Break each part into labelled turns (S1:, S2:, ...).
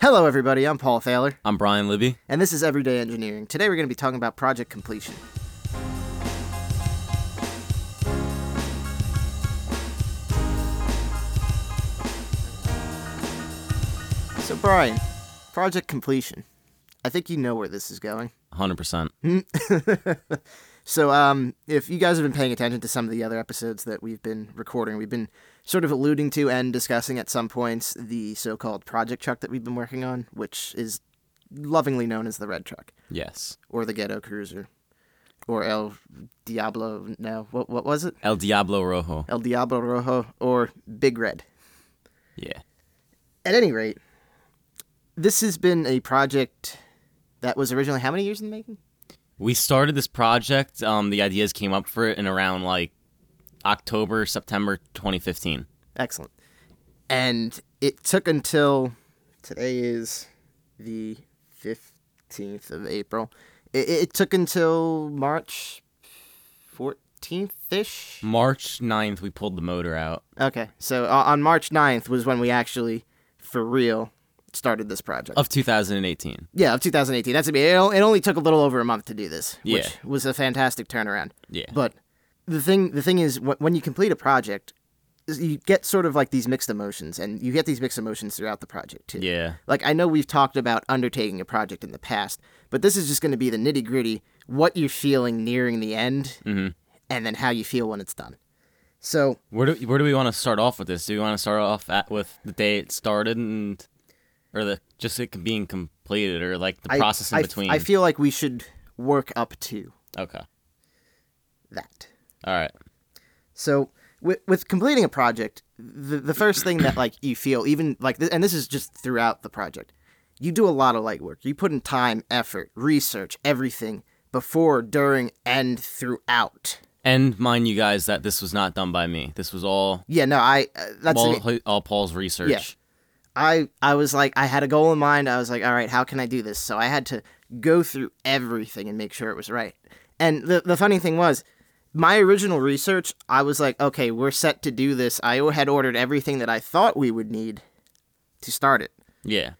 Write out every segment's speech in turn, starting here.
S1: Hello, everybody. I'm Paul Thaler,
S2: I'm Brian Libby.
S1: and this is Everyday Engineering. Today, we're going to be talking about project completion. So, Brian, project completion. I think you know where this is going.
S2: 100%.
S1: So, um, if you guys have been paying attention to some of the other episodes that we've been recording, we've been sort of alluding to and discussing at some points the so called project truck that we've been working on, which is lovingly known as the Red Truck
S2: Yes.
S1: or the Ghetto Cruiser or El Diablo. No, what, what was it?
S2: El Diablo Rojo.
S1: El Diablo Rojo or Big Red.
S2: Yeah.
S1: At any rate, this has been a project that was originally how many years in the making?
S2: We started this project. Um, the ideas came up for it in around like October, September 2015.
S1: Excellent. And it took until today is the 15th of April. It, it took until March 14th ish.
S2: March 9th, we pulled the motor out.
S1: Okay. So uh, on March 9th was when we actually, for real, started this project.
S2: Of 2018.
S1: yeah, of 2018. That's to be. It o- it only took a little over a month to do this,
S2: Yeah.
S1: which was a fantastic turnaround.
S2: Yeah.
S1: But the thing the thing is wh- when you complete a project, is you get sort of like these mixed emotions and you get these mixed emotions throughout the project too.
S2: Yeah.
S1: Like I know we've talked about undertaking a project in the past, but this is just going to be the nitty-gritty what you're feeling nearing the end
S2: Mm-hmm.
S1: and then how you feel when it's done. So,
S2: Where do, where do we want to start off with this? Do we want to start off at with the day it started and or the just it being completed or like the
S1: I-
S2: process
S1: I
S2: in
S1: f-
S2: between?
S1: I feel like we should work up to
S2: okay.
S1: that.
S2: All right.
S1: So with, with completing a project, the, the first thing that like you feel even like th- and this is just throughout the project, you do a lot of light work. You put in time, effort, research, everything before, during, and throughout.
S2: And mind you guys that this was not done by me. This was all
S1: Yeah, no, I uh, that's
S2: all,
S1: an-
S2: all Paul's research.
S1: Yeah. I I was like I had a goal in mind. I was like, all right, how can I do this? So I had to go through everything and make sure it was right. And the the funny thing was, my original research, I was like, okay, we're set to do this. I had ordered everything that I thought we would need to start it.
S2: Yeah.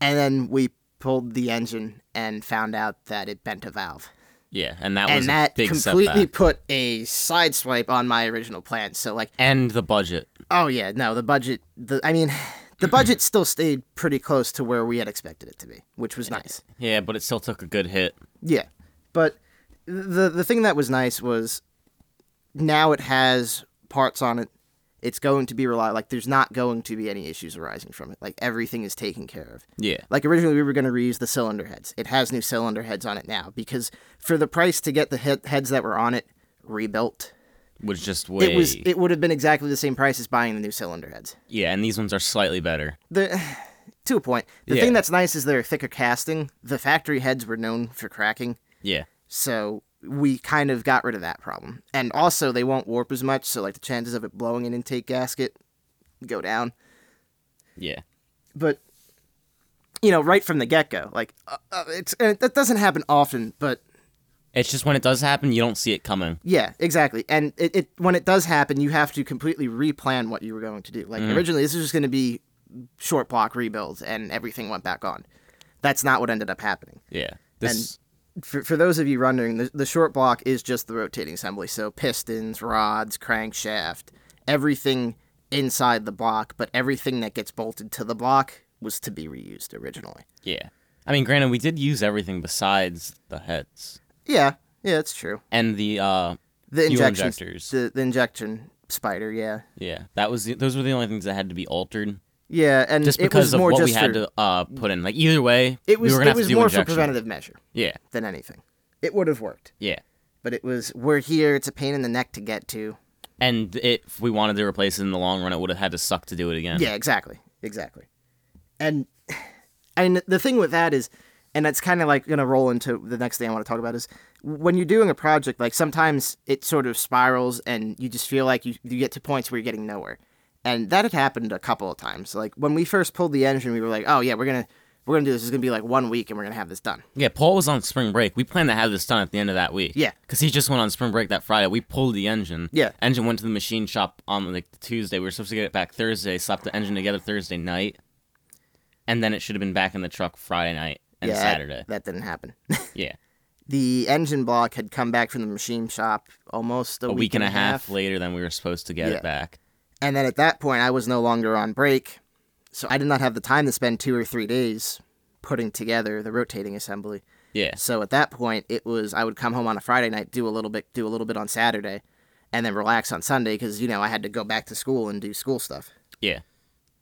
S1: And then we pulled the engine and found out that it bent a valve.
S2: Yeah, and that was
S1: And that
S2: a big
S1: completely
S2: setback.
S1: put a sideswipe on my original plan. So like
S2: And the budget.
S1: Oh yeah, no, the budget. The I mean, the budget still stayed pretty close to where we had expected it to be, which was nice.
S2: Yeah, but it still took a good hit.
S1: Yeah, but the the thing that was nice was now it has parts on it. It's going to be reliable. Like, there's not going to be any issues arising from it. Like, everything is taken care of.
S2: Yeah.
S1: Like originally, we were going to reuse the cylinder heads. It has new cylinder heads on it now because for the price to get the he- heads that were on it rebuilt,
S2: Which just way
S1: it was it would have been exactly the same price as buying the new cylinder heads.
S2: Yeah, and these ones are slightly better.
S1: the to a point. The
S2: Yeah.
S1: thing that's nice is they're thicker casting. The factory heads were known for cracking,
S2: Yeah.
S1: so we kind of got rid of that problem. And also they won't warp as much, so like the chances of it blowing an intake gasket go down.
S2: Yeah.
S1: But you know, right from the get-go, like uh, uh, it's and that doesn't happen often, but
S2: It's just when it does happen, you don't see it coming.
S1: Yeah, exactly. And it, it when it does happen, you have to completely replan what you were going to do. Like originally, this was just going to be short block rebuilds, and everything went back on. That's not what ended up happening.
S2: Yeah. This
S1: For, for those of you wondering, the, the short block is just the rotating assembly. So pistons, rods, crankshaft, everything inside the block, but everything that gets bolted to the block was to be reused originally.
S2: Yeah. I mean, granted, we did use everything besides the heads.
S1: Yeah, yeah, that's true.
S2: And the uh
S1: The
S2: Fuel
S1: injection,
S2: injectors.
S1: The, the injection spider, yeah.
S2: yeah, that was the, those were the only things that had to be altered.
S1: Yeah, and
S2: Just
S1: it was
S2: because of
S1: more
S2: what
S1: just
S2: we had
S1: for-
S2: to uh put in. Like either way,
S1: It was
S2: we were gonna
S1: it
S2: have
S1: was
S2: to do
S1: more
S2: injection.
S1: for preventative measure
S2: Yeah.
S1: than anything. It would have worked,
S2: Yeah.
S1: but it was we're here. It's a pain in the neck to get to.
S2: And it, if we wanted to replace it in the long run, it would have had to suck to do it again.
S1: Yeah, exactly, exactly. And and the thing with that is, and that's kind of like gonna roll into the next thing I want to talk about is when you're doing a project. Like sometimes it sort of spirals, and you just feel like you you get to points where you're getting nowhere. And that had happened a couple of times. Like when we first pulled the engine, we were like, oh yeah, we're gonna we're gonna do this. It's gonna be like one week, and we're gonna have this done.
S2: Yeah, Paul was on spring break. We planned to have this done at the end of that week.
S1: Yeah.
S2: Because he just went on spring break that Friday. We pulled the engine.
S1: Yeah.
S2: Engine went to the machine shop on like Tuesday. We were supposed to get it back Thursday, slapped the engine together Thursday night. and then it should have been back in the truck Friday night and
S1: yeah, that-
S2: Saturday.
S1: That didn't happen.
S2: Yeah,
S1: the engine block had come back from the machine shop almost a,
S2: a week and a half, later than we were supposed to get
S1: Yeah.
S2: it back.
S1: And then at that point, I was no longer on break, so I did not have the time to spend two or three days putting together the rotating assembly.
S2: Yeah,
S1: So at that point, it was I would come home on a Friday night, do a little bit, do a little bit on Saturday, and then relax on Sunday because you know I had to go back to school and do school stuff.
S2: yeah.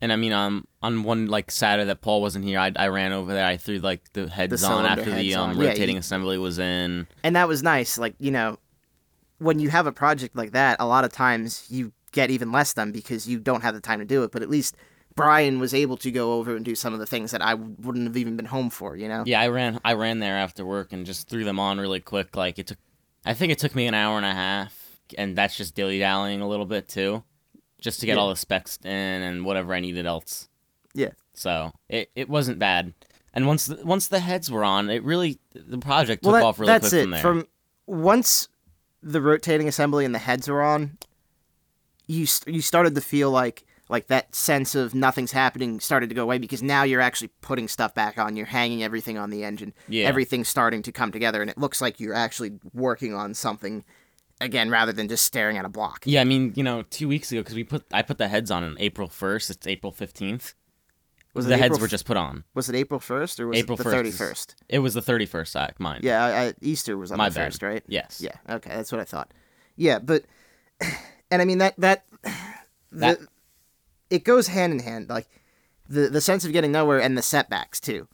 S2: And I mean, um, on one like Saturday that Paul wasn't here, I, I ran over there. I threw like the heads on
S1: cylinder
S2: after
S1: heads
S2: the um,
S1: on. Yeah, you-
S2: rotating assembly was in.
S1: and that was nice like you know when you have a project like that a lot of times you get even less done because you don't have the time to do it but at least brian was able to go over and do some of the things that i w- wouldn't have even been home for you know
S2: Yeah, I ran I ran there after work and just threw them on really quick. Like it took I think it took me an hour and a half and that's just dilly dallying a little bit too. Just to get
S1: Yeah.
S2: all the specs in and whatever I needed else.
S1: Yeah.
S2: So it, it wasn't bad. And once the, once the heads were on, it really the project took
S1: well that-
S2: off really
S1: that's
S2: quick
S1: it
S2: from there.
S1: once the rotating assembly and the heads are on you st- you started to feel like like that sense of nothing's happening started to go away because now you're actually putting stuff back on you're hanging everything on the engine
S2: Yeah.
S1: everything's starting to come together and it looks like you're actually working on something again rather than just staring at a block
S2: yeah, I mean, you know, 2 weeks ago cuz we put I put the heads on on April 1st, it's April 15th.
S1: was
S2: the heads
S1: April
S2: were
S1: f-
S2: just put on.
S1: was it april 1st or was
S2: April
S1: it the
S2: 1st.
S1: 31st
S2: It was the 31st, I mine.
S1: yeah I, I, easter was on
S2: My
S1: the
S2: bad.
S1: 1st right
S2: Yes.
S1: yeah okay that's what i thought yeah but and i mean that that
S2: That-
S1: the, it goes hand in hand like the the sense of getting nowhere and the setbacks too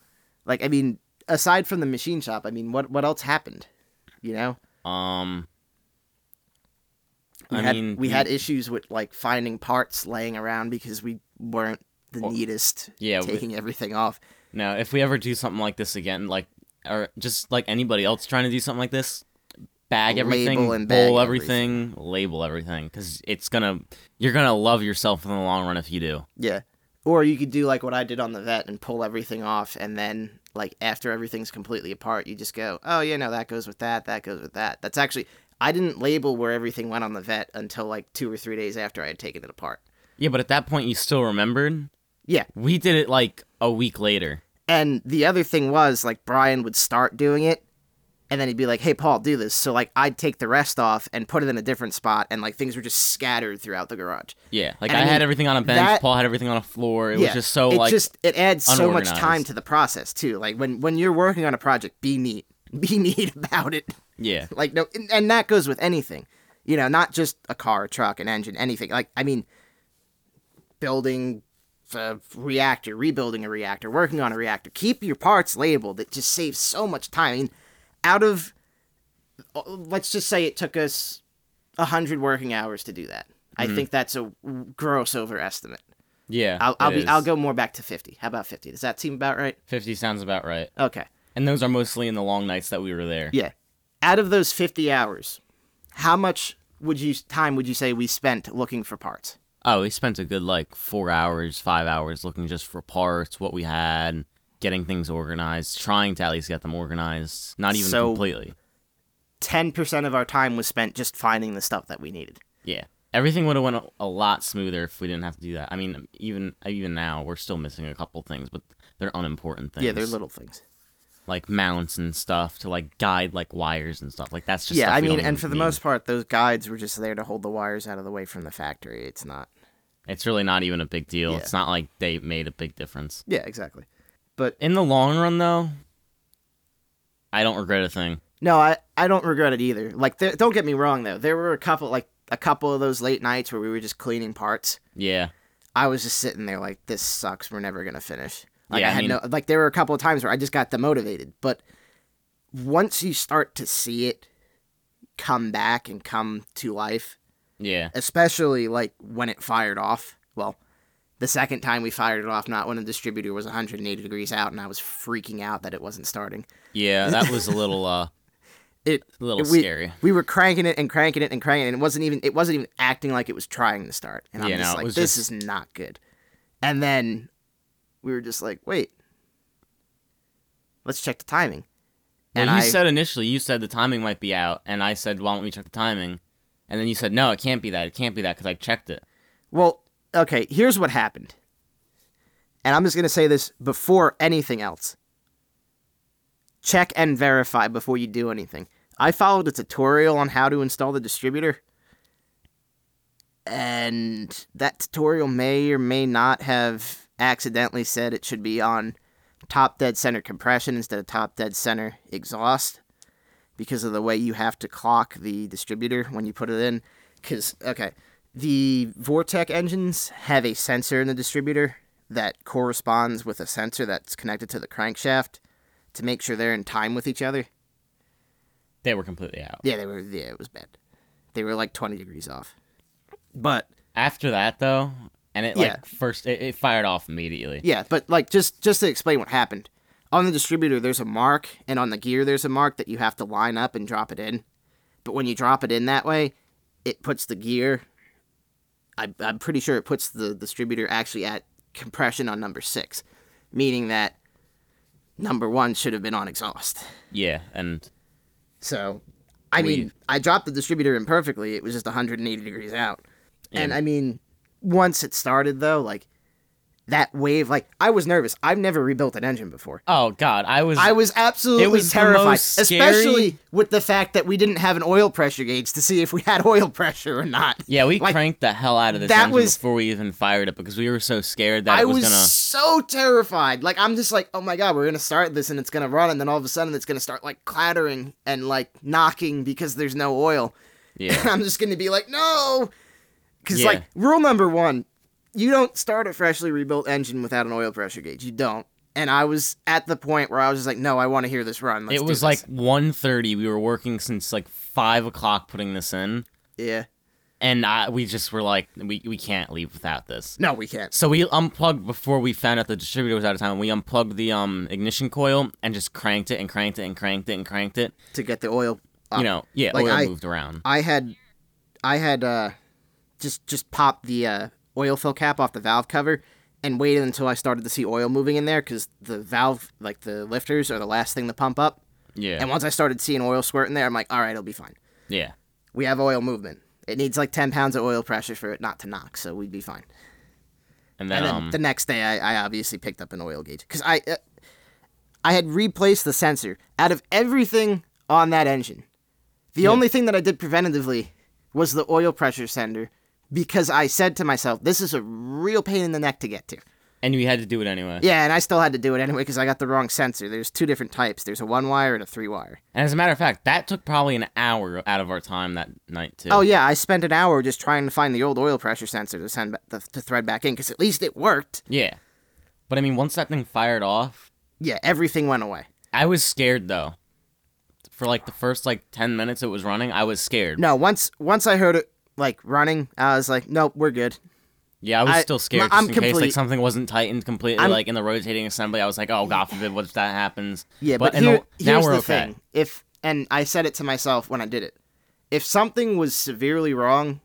S1: like i mean aside from the machine shop i mean what what else happened you know
S2: Um
S1: we
S2: I
S1: had
S2: mean,
S1: we
S2: the-
S1: had issues with like finding parts laying around because we weren't the
S2: Well,
S1: neatest
S2: yeah, we-
S1: taking everything off
S2: No, if we ever do something like this again, like or just like anybody else trying to do something like this, bag everything,
S1: Label and
S2: bowl
S1: bag
S2: everything, label everything, because it's gonna you're gonna love yourself in the long run if you do.
S1: yeah or you could do like what i did on the vet and pull everything off and then like after everything's completely apart you just go oh yeah no that goes with that that goes with that that's actually i didn't label where everything went on the vet until like two or three days after i had taken it apart
S2: Yeah, but at that point you still remembered.
S1: yeah
S2: We did it like a week later.
S1: And the other thing was like Brian would start doing it and then he'd be like, "Hey Paul, do this." So like I'd take the rest off and put it in a different spot and like things were just scattered throughout the garage.
S2: Yeah, like
S1: And
S2: I,
S1: I mean,
S2: had everything on a bench.
S1: that-
S2: Paul had everything on a floor. It was just so
S1: it
S2: like
S1: just it adds so much
S2: unorganized.
S1: time to the process too. Like when when you're working on a project, be neat. Be neat about it.
S2: yeah,
S1: Like no and, and that goes with anything. You know, not just a car, a truck, an engine, anything. Like I mean building a reactor, rebuilding a reactor, working on a reactor. Keep your parts labeled. It just saves so much time. I mean, out of uh, let's just say it took us 100 working hours to do that. I
S2: Mm-hmm.
S1: think that's a gross overestimate.
S2: yeah.
S1: I'll,
S2: it
S1: I'll be. I'll
S2: is.
S1: go more back to fifty. How about fifty? Does that seem about right?
S2: Fifty sounds about right.
S1: Okay.
S2: And those are mostly in the long nights that we were there.
S1: Yeah. Out of those fifty hours, how much would you time would you say we spent looking for parts?
S2: Oh, we spent a good like four hours, five hours looking just for parts, what we had, getting things organized, trying to at least get them organized. Not even
S1: So-
S2: completely.
S1: Ten percent of our time was spent just finding the stuff that we needed.
S2: Yeah, everything would have went a, a lot smoother if we didn't have to do that. I mean, even even now we're still missing a couple things, but they're unimportant things.
S1: Yeah, they're little things.
S2: like mounts and stuff to like guide like wires and stuff. Like that's just
S1: yeah,
S2: stuff
S1: I
S2: we
S1: mean,
S2: don't
S1: and
S2: even
S1: for the
S2: need.
S1: most part, those guides were just there to hold the wires out of the way from the factory. It's not.
S2: it's really not even a big deal.
S1: Yeah.
S2: It's not like they made a big difference.
S1: Yeah, exactly. But
S2: In the long run, though, I don't regret a thing.
S1: No, I, I don't regret it either. Like, there, don't get me wrong though. There were a couple like a couple of those late nights where we were just cleaning parts.
S2: Yeah.
S1: I was just sitting there like, this sucks. We're never gonna finish. Like
S2: Yeah,
S1: I
S2: I
S1: had
S2: mean-
S1: no like there were a couple of times where I just got demotivated. But once you start to see it come back and come to life,
S2: Yeah.
S1: especially like when it fired off. Well, the second time we fired it off, not when the distributor was 180 degrees out, and I was freaking out that it wasn't starting.
S2: Yeah, that was a little uh
S1: It
S2: a little
S1: we,
S2: scary.
S1: We were cranking it and cranking it and cranking it. And it wasn't even it wasn't even acting like it was trying to start. And I'm
S2: Yeah,
S1: just
S2: no, it
S1: like,
S2: was
S1: this
S2: just-
S1: is not good. And then we were just like, wait, let's check the timing.
S2: And
S1: And
S2: you
S1: I
S2: said initially you said the timing might be out and I said why don't we check the timing? And then you said no, it can't be that. It can't be that cuz I checked it.
S1: well, okay, here's what happened. and I'm just going to say this before anything else check and verify before you do anything. I followed a tutorial on how to install the distributor, and that tutorial may or may not have accidentally said it should be on top dead center compression instead of top dead center exhaust because of the way you have to clock the distributor when you put it in. Because, okay, the Vortec engines have a sensor in the distributor that corresponds with a sensor that's connected to the crankshaft to make sure they're in time with each other.
S2: They were completely out.
S1: Yeah, they were. Yeah, it was bad. They were like twenty degrees off. But
S2: After that though, and it like
S1: Yeah.
S2: first it, it fired off immediately.
S1: yeah, but like just just to explain what happened. On the distributor, there's a mark, and on the gear, there's a mark that you have to line up and drop it in. But when you drop it in that way, it puts the gear. I, I'm pretty sure it puts the distributor actually at compression on number six, meaning that number one should have been on exhaust.
S2: Yeah, and
S1: So, I mean, I dropped the distributor in perfectly. It was just 180 degrees out. And I mean, once it started though, like that wave, like I was nervous. I've never rebuilt an engine before.
S2: oh god, I was
S1: I was absolutely
S2: It was the
S1: terrified,
S2: most scary-
S1: especially with the fact that we didn't have an oil pressure gauge to see if we had oil pressure or not.
S2: yeah, we
S1: like,
S2: cranked the hell out of this
S1: that
S2: engine
S1: was-
S2: before we even fired it because we were so scared that
S1: I
S2: it was,
S1: was
S2: gonna
S1: so terrified. Like I'm just like, oh my god, we're gonna start this and it's gonna run, and then all of a sudden it's gonna start like clattering and like knocking because there's no oil.
S2: yeah.
S1: and I'm just going to be like, no. Because,
S2: Yeah.
S1: like, rule number one, you don't start a freshly rebuilt engine without an oil pressure gauge. You don't. And I was at the point where I was just like, no, I want to hear this run. Let's
S2: it
S1: do
S2: was
S1: this.
S2: like 1.30 We were working since like five o'clock putting this in,
S1: yeah.
S2: and I, we just were like, we we can't leave without this.
S1: No, we can't.
S2: So we unplugged before we found out the distributor was out of time. We unplugged the um ignition coil and just cranked it and cranked it and cranked it and cranked it.
S1: To get the oil. Up.
S2: You know, yeah,
S1: Uh, Like,
S2: oil
S1: I- uh,
S2: moved around.
S1: I had, I had, uh, just, just popped the, uh, oil fill cap off the valve cover and waited until I started to see oil moving in there because the valve, like the lifters, are the last thing to pump up.
S2: Yeah,
S1: And once I started seeing oil squirt in there, I'm like, all right, it'll be fine.
S2: yeah.
S1: we have oil movement. It needs like 10 pounds of oil pressure for it not to knock, so we'd be fine.
S2: And then,
S1: And then
S2: um,
S1: the next day, I, I obviously picked up an oil gauge because I, uh, I had replaced the sensor. Out of everything on that engine, the only thing that I did preventatively was the oil pressure sender because I said to myself, this is a real pain in the neck to get to.
S2: and we had to do it anyway.
S1: Yeah, and I still had to do it anyway because I got the wrong sensor. There's two different types there's a one wire and a three wire.
S2: And as a matter of fact, that took probably an hour out of our time that night too.
S1: Oh yeah, I spent an hour just trying to find the old oil pressure sensor to send ba- the, to thread back in because at least it worked.
S2: yeah. But I mean, once that thing fired off,
S1: Yeah, everything went away.
S2: I was scared though. For like the first like ten minutes it was running, I was scared.
S1: No, once once I heard it like running, I was like, nope, we're good.
S2: yeah, I was
S1: I-
S2: still scared
S1: I'm
S2: just in case like
S1: complete-
S2: something wasn't tightened completely,
S1: I'm-
S2: like in the rotating assembly. I was like, oh god forbid, what if that happens?
S1: Yeah, but,
S2: in the-
S1: here,
S2: now
S1: here's
S2: we're
S1: the
S2: okay.
S1: thing: if and I said it to myself when I did it, if something was severely wrong,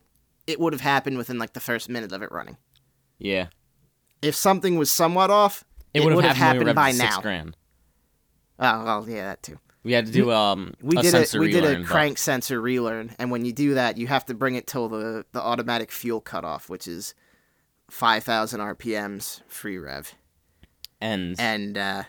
S1: it would have happened within like the first minute of it running.
S2: Yeah,
S1: If something was somewhat off,
S2: it, would have happened, when we were up to six
S1: by now.
S2: grand.
S1: Oh well, yeah, that too.
S2: We had to do um
S1: We
S2: a
S1: did
S2: sensor
S1: a we did
S2: relearn,
S1: a
S2: but-
S1: crank sensor relearn, and when you do that, you have to bring it till the the automatic fuel cutoff, which is five thousand RPMs free rev.
S2: and
S1: And uh,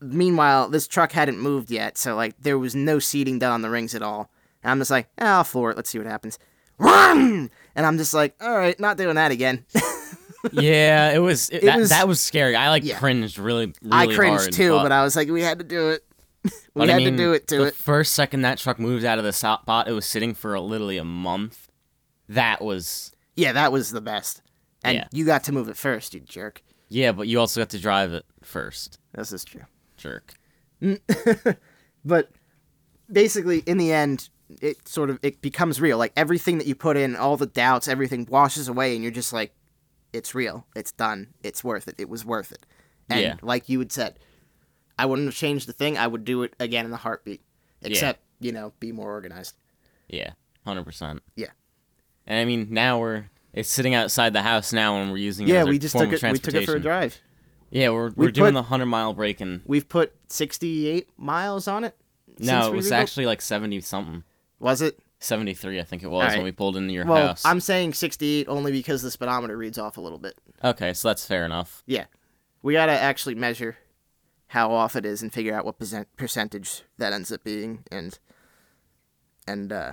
S1: meanwhile, this truck hadn't moved yet, so like there was no seating done on the rings at all. And I'm just like, "Eh, I'll floor it. Let's see what happens. Run! And I'm just like, all right, not doing that again.
S2: yeah, it was it,
S1: It
S2: that,
S1: was-
S2: that was scary. I like
S1: yeah.
S2: cringed really, really
S1: I cringed
S2: hard,
S1: too,
S2: but,
S1: but I was like, we had to do it. we
S2: But
S1: had
S2: I mean,
S1: to do it to
S2: the
S1: it.
S2: first second that truck moved out of the spot, it was sitting for a, literally a month. That was
S1: Yeah, that was the best. And
S2: Yeah.
S1: you got to move it first, you jerk.
S2: yeah, but you also have to drive it first,
S1: This is true.
S2: jerk.
S1: but basically in the end it sort of it becomes real like everything that you put in all the doubts everything washes away and you're just like it's real it's done it's worth it it was worth it and
S2: Yeah.
S1: like you had said i wouldn't have changed the thing i would do it again in a heartbeat except you know be more organized
S2: Yeah, hundred percent.
S1: Yeah.
S2: and I mean now we're it's sitting outside the house now, and we're using it
S1: yeah
S2: as our
S1: we just
S2: form
S1: took
S2: of
S1: it we took it for a
S2: transportation.
S1: drive
S2: Yeah, we're we're doing
S1: put-
S2: the hundred mile break, and
S1: we've put 68 miles on it
S2: no,
S1: since
S2: it
S1: we
S2: was
S1: rebuilt.
S2: actually like seventy something.
S1: was it
S2: 73, I think it was,
S1: All right.
S2: when we pulled into your
S1: Well,
S2: house.
S1: I'm saying 68 only because the speedometer reads off a little bit.
S2: Okay, so that's fair enough.
S1: Yeah. We got to actually measure how off it is and figure out what percent- percentage that ends up being and and uh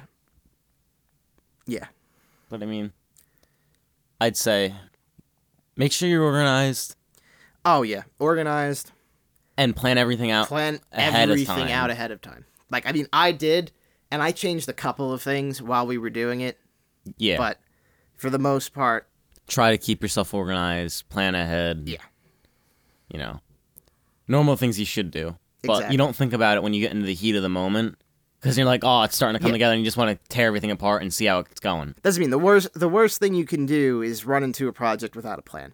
S1: yeah.
S2: But I mean, I'd say make sure you're organized
S1: Oh yeah, organized,
S2: and plan everything out.
S1: plan
S2: Oh, Ahead of
S1: everything
S2: time.
S1: out ahead of time. Like I mean, I did and I changed a couple of things while we were doing it,
S2: yeah.
S1: but for the most part,
S2: Try to keep yourself organized, plan ahead.
S1: Yeah.
S2: You know, normal things you should do. But
S1: Exactly.
S2: you don't think about it when you get into the heat of the moment because you're like, oh, it's starting to come
S1: Yeah.
S2: together and you just want to tear everything apart and see how it's going.
S1: doesn't mean the worst the worst thing you can do is run into a project without a plan.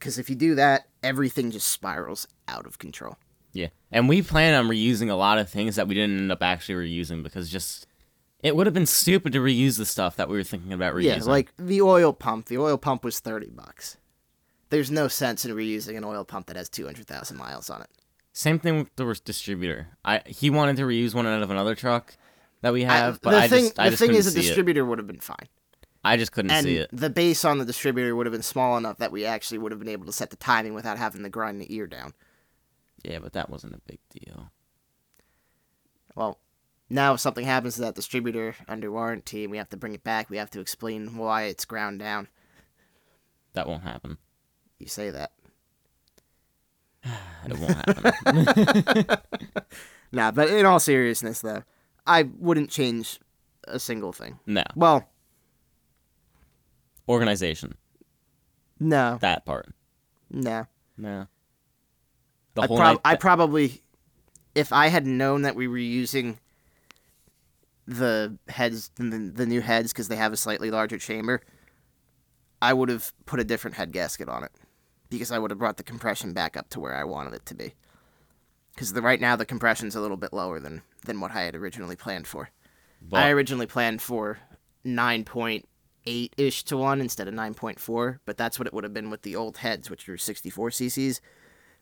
S1: Cuz if you do that, everything just spirals out of control.
S2: Yeah. And we plan on reusing a lot of things that we didn't end up actually reusing because just it would have been stupid to reuse the stuff that we were thinking about reusing.
S1: Yeah, like the oil pump. The oil pump was thirty bucks. There's no sense in reusing an oil pump that has two hundred thousand miles on it.
S2: Same thing with the distributor. I he wanted to reuse one out of another truck that we
S1: I-
S2: have, but
S1: the
S2: I
S1: thing,
S2: just
S1: the
S2: I just
S1: thing
S2: couldn't
S1: is,
S2: see
S1: a
S2: it.
S1: distributor would have been fine,
S2: I just couldn't
S1: and
S2: see it.
S1: the base on the distributor would have been small enough that we actually would have been able to set the timing without having to grind the ear down.
S2: Yeah, but that wasn't a big deal.
S1: Well, now if something happens to that distributor under warranty, and we have to bring it back. We have to explain why it's ground down.
S2: That won't happen.
S1: You say that.
S2: It won't happen.
S1: Nah, but in all seriousness, though, I wouldn't change a single thing.
S2: no.
S1: Well,
S2: Organization.
S1: no,
S2: That part.
S1: no.
S2: No. The
S1: I,
S2: whole
S1: prob-
S2: night.
S1: I probably, if I had known that we were using the heads, the, the new heads, because they have a slightly larger chamber, I would have put a different head gasket on it because I would have brought the compression back up to where I wanted it to be. Because right now the compression's a little bit lower than than what I had originally planned for.
S2: but
S1: I originally planned for nine point eight ish to one instead of nine point four, but that's what it would have been with the old heads, which were sixty four CCs.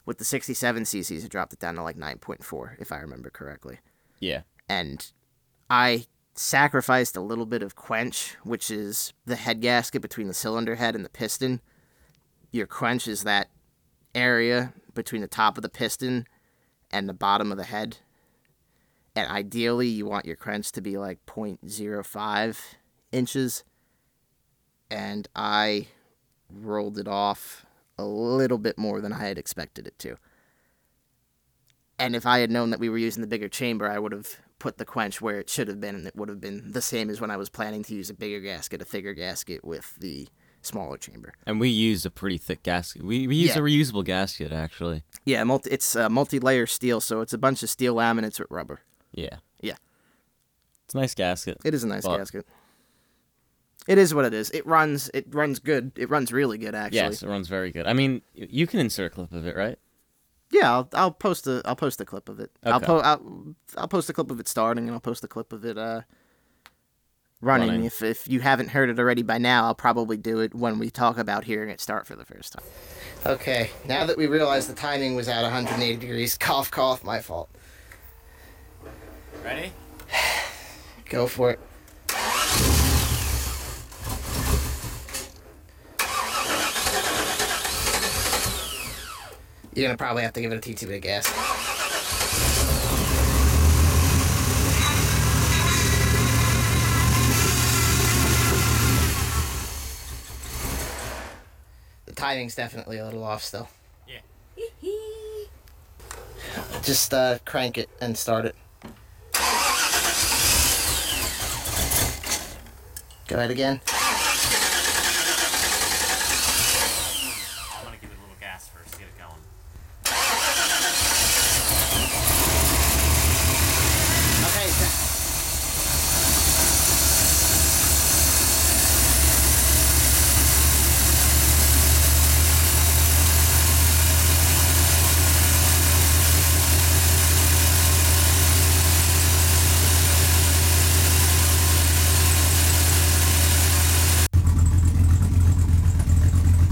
S1: With the sixty seven CCs, it dropped it down to like nine point four, if I remember correctly.
S2: yeah.
S1: And I sacrificed a little bit of quench, which is the head gasket between the cylinder head and the piston. Your quench is that area between the top of the piston and the bottom of the head. And ideally, you want your quench to be like 0.05 inches. And I rolled it off a little bit more than I had expected it to. And if I had known that we were using the bigger chamber, I would have put the quench where it should have been, and it would have been the same as when I was planning to use a bigger gasket, a thicker gasket with the smaller chamber.
S2: And we used a pretty thick gasket. We we used
S1: Yeah.
S2: a reusable gasket actually.
S1: Yeah, multi, it's uh, multi-layer steel, so it's a bunch of steel laminates with rubber.
S2: Yeah.
S1: Yeah.
S2: It's a nice gasket.
S1: It is a nice
S2: But-
S1: gasket. It is what it is. It runs. It runs good. It runs really good, actually.
S2: Yes, it runs very good. I mean, y- you can insert a clip of it, right?
S1: Yeah, I'll, I'll post a I'll post a clip of it. I'll,
S2: Okay.
S1: po- I'll I'll post a clip of it starting, and I'll post a clip of it uh running.
S2: Running.
S1: If if you haven't heard it already by now, I'll probably do it when we talk about hearing it start for the first time. Okay, now that we realize the timing was at 180 degrees, cough cough, my fault.
S2: Ready?
S1: Go for it. You're gonna probably have to give it a teensy bit of gas. The timing's definitely a little off still. Yeah. Just uh, crank it and start it. Go ahead again.
S3: I want to give it a little gas first to get it going.
S1: Okay. th-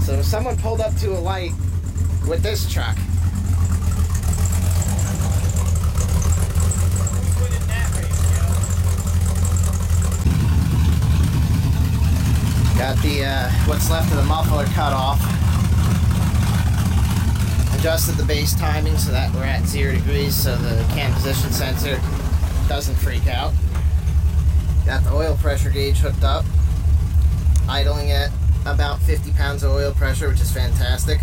S1: So someone pulled up to a light with this truck. uh, what's left of the muffler cut off. Adjusted the base timing so that we're at zero degrees so the can position sensor doesn't freak out. Got the oil pressure gauge hooked up, idling at about 50 pounds of oil pressure, which is fantastic.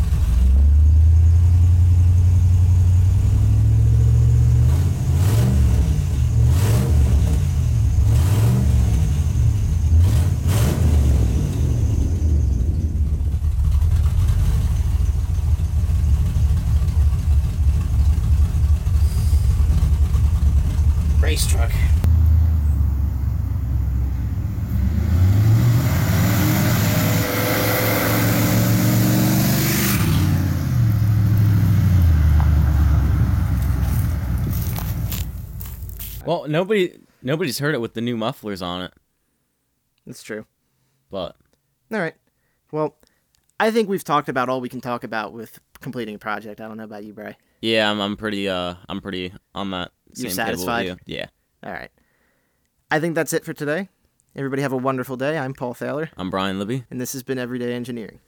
S1: Race truck.
S2: Well, nobody nobody's heard it with the new mufflers on it,
S1: That's true.
S2: but
S1: All right. Well, I think we've talked about all we can talk about with completing a project. I don't know about you, Bray.
S2: yeah, I'm, I'm pretty uh I'm pretty on that same
S1: You're
S2: table
S1: satisfied?
S2: with you. Yeah,
S1: All right. I think that's it for today. Everybody have a wonderful day. I'm Paul Thaler,
S2: I'm Brian Libby.
S1: and this has been Everyday Engineering.